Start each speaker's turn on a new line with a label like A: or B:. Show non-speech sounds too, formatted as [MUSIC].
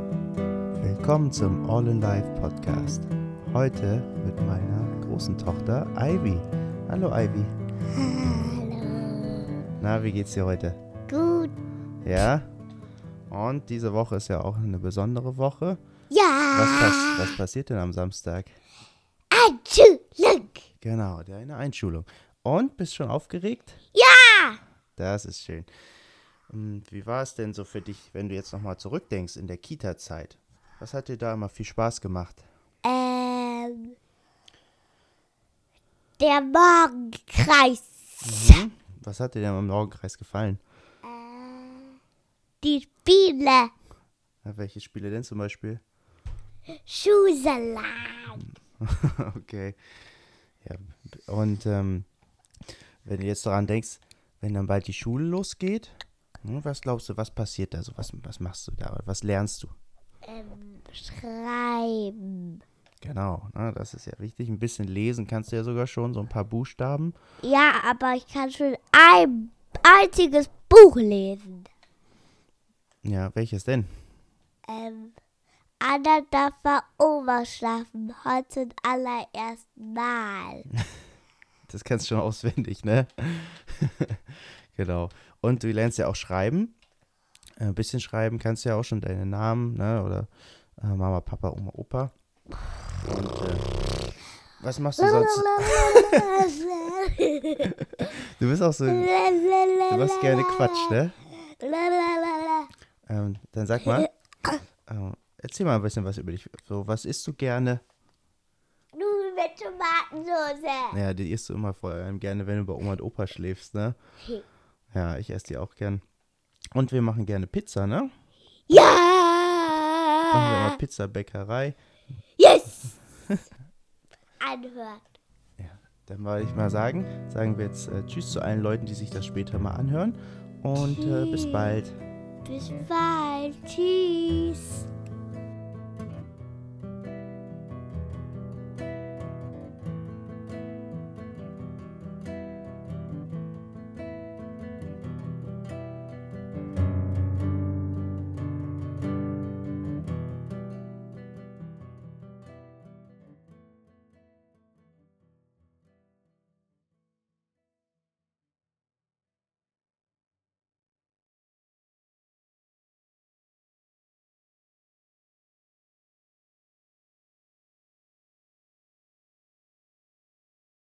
A: Willkommen zum All in Life Podcast. Heute mit meiner großen Tochter Ivy. Hallo Ivy.
B: Hallo.
A: Na, wie geht's dir heute?
B: Gut.
A: Ja? Und diese Woche ist ja auch eine besondere Woche. Was, pass
B: Ja.
A: was passiert denn am Samstag?
B: Einschulung.
A: Genau, deine Einschulung. Und bist schon aufgeregt?
B: Ja.
A: Das ist schön. Und wie war es denn so für dich, wenn du jetzt nochmal zurückdenkst in der Kita-Zeit? Was hat dir da immer viel Spaß gemacht?
B: Ähm. Der Morgenkreis.
A: Hm? Was hat dir denn am Morgenkreis gefallen?
B: Die Spiele.
A: Na, Äh, welche Spiele denn zum Beispiel? [LAUGHS]
B: Schuselan.
A: okay. Ja, und ähm, wenn du jetzt daran denkst, wenn dann bald die Schule losgeht, hm, was glaubst du, was passiert da so? Was, was machst du da? Was lernst du?
B: Ähm, schreiben.
A: Genau, ne, das ist ja wichtig. Ein bisschen lesen kannst du ja sogar schon, so ein paar Buchstaben.
B: Ja, aber ich kann schon ein einziges Buch lesen.
A: Ja, welches denn?
B: Ähm. Anna darf bei Oma schlafen. Heute zum allerersten Mal.
A: Das kannst du schon [LAUGHS] auswendig, ne? genau. Und du lernst ja auch schreiben. Äh, Ein bisschen schreiben kannst du ja auch schon deine Namen, ne? Oder äh, Mama, Papa, Oma, Opa. Und äh, was machst du sonst? Du bist auch so, du machst
B: [LAUGHS]
A: gerne Quatsch, ne? Ähm, dann sag mal, ähm, erzähl mal ein bisschen was über dich. So, was isst du gerne?
B: Nudeln mit Tomatensoße.
A: Ja, die isst du immer vor allem gerne, wenn du bei Oma und Opa schläfst, ne? Ja, ich esse die auch gern. Und wir machen gerne Pizza, ne? Machen wir
B: Ja!
A: immer Pizzabäckerei.
B: Yes! [LAUGHS] Anhört.
A: Ja, dann würde ich mal sagen, sagen wir jetzt äh, Tschüss zu allen Leuten, die sich das später mal anhören. Und äh, bis bald.
B: Bis bald. Tschüss.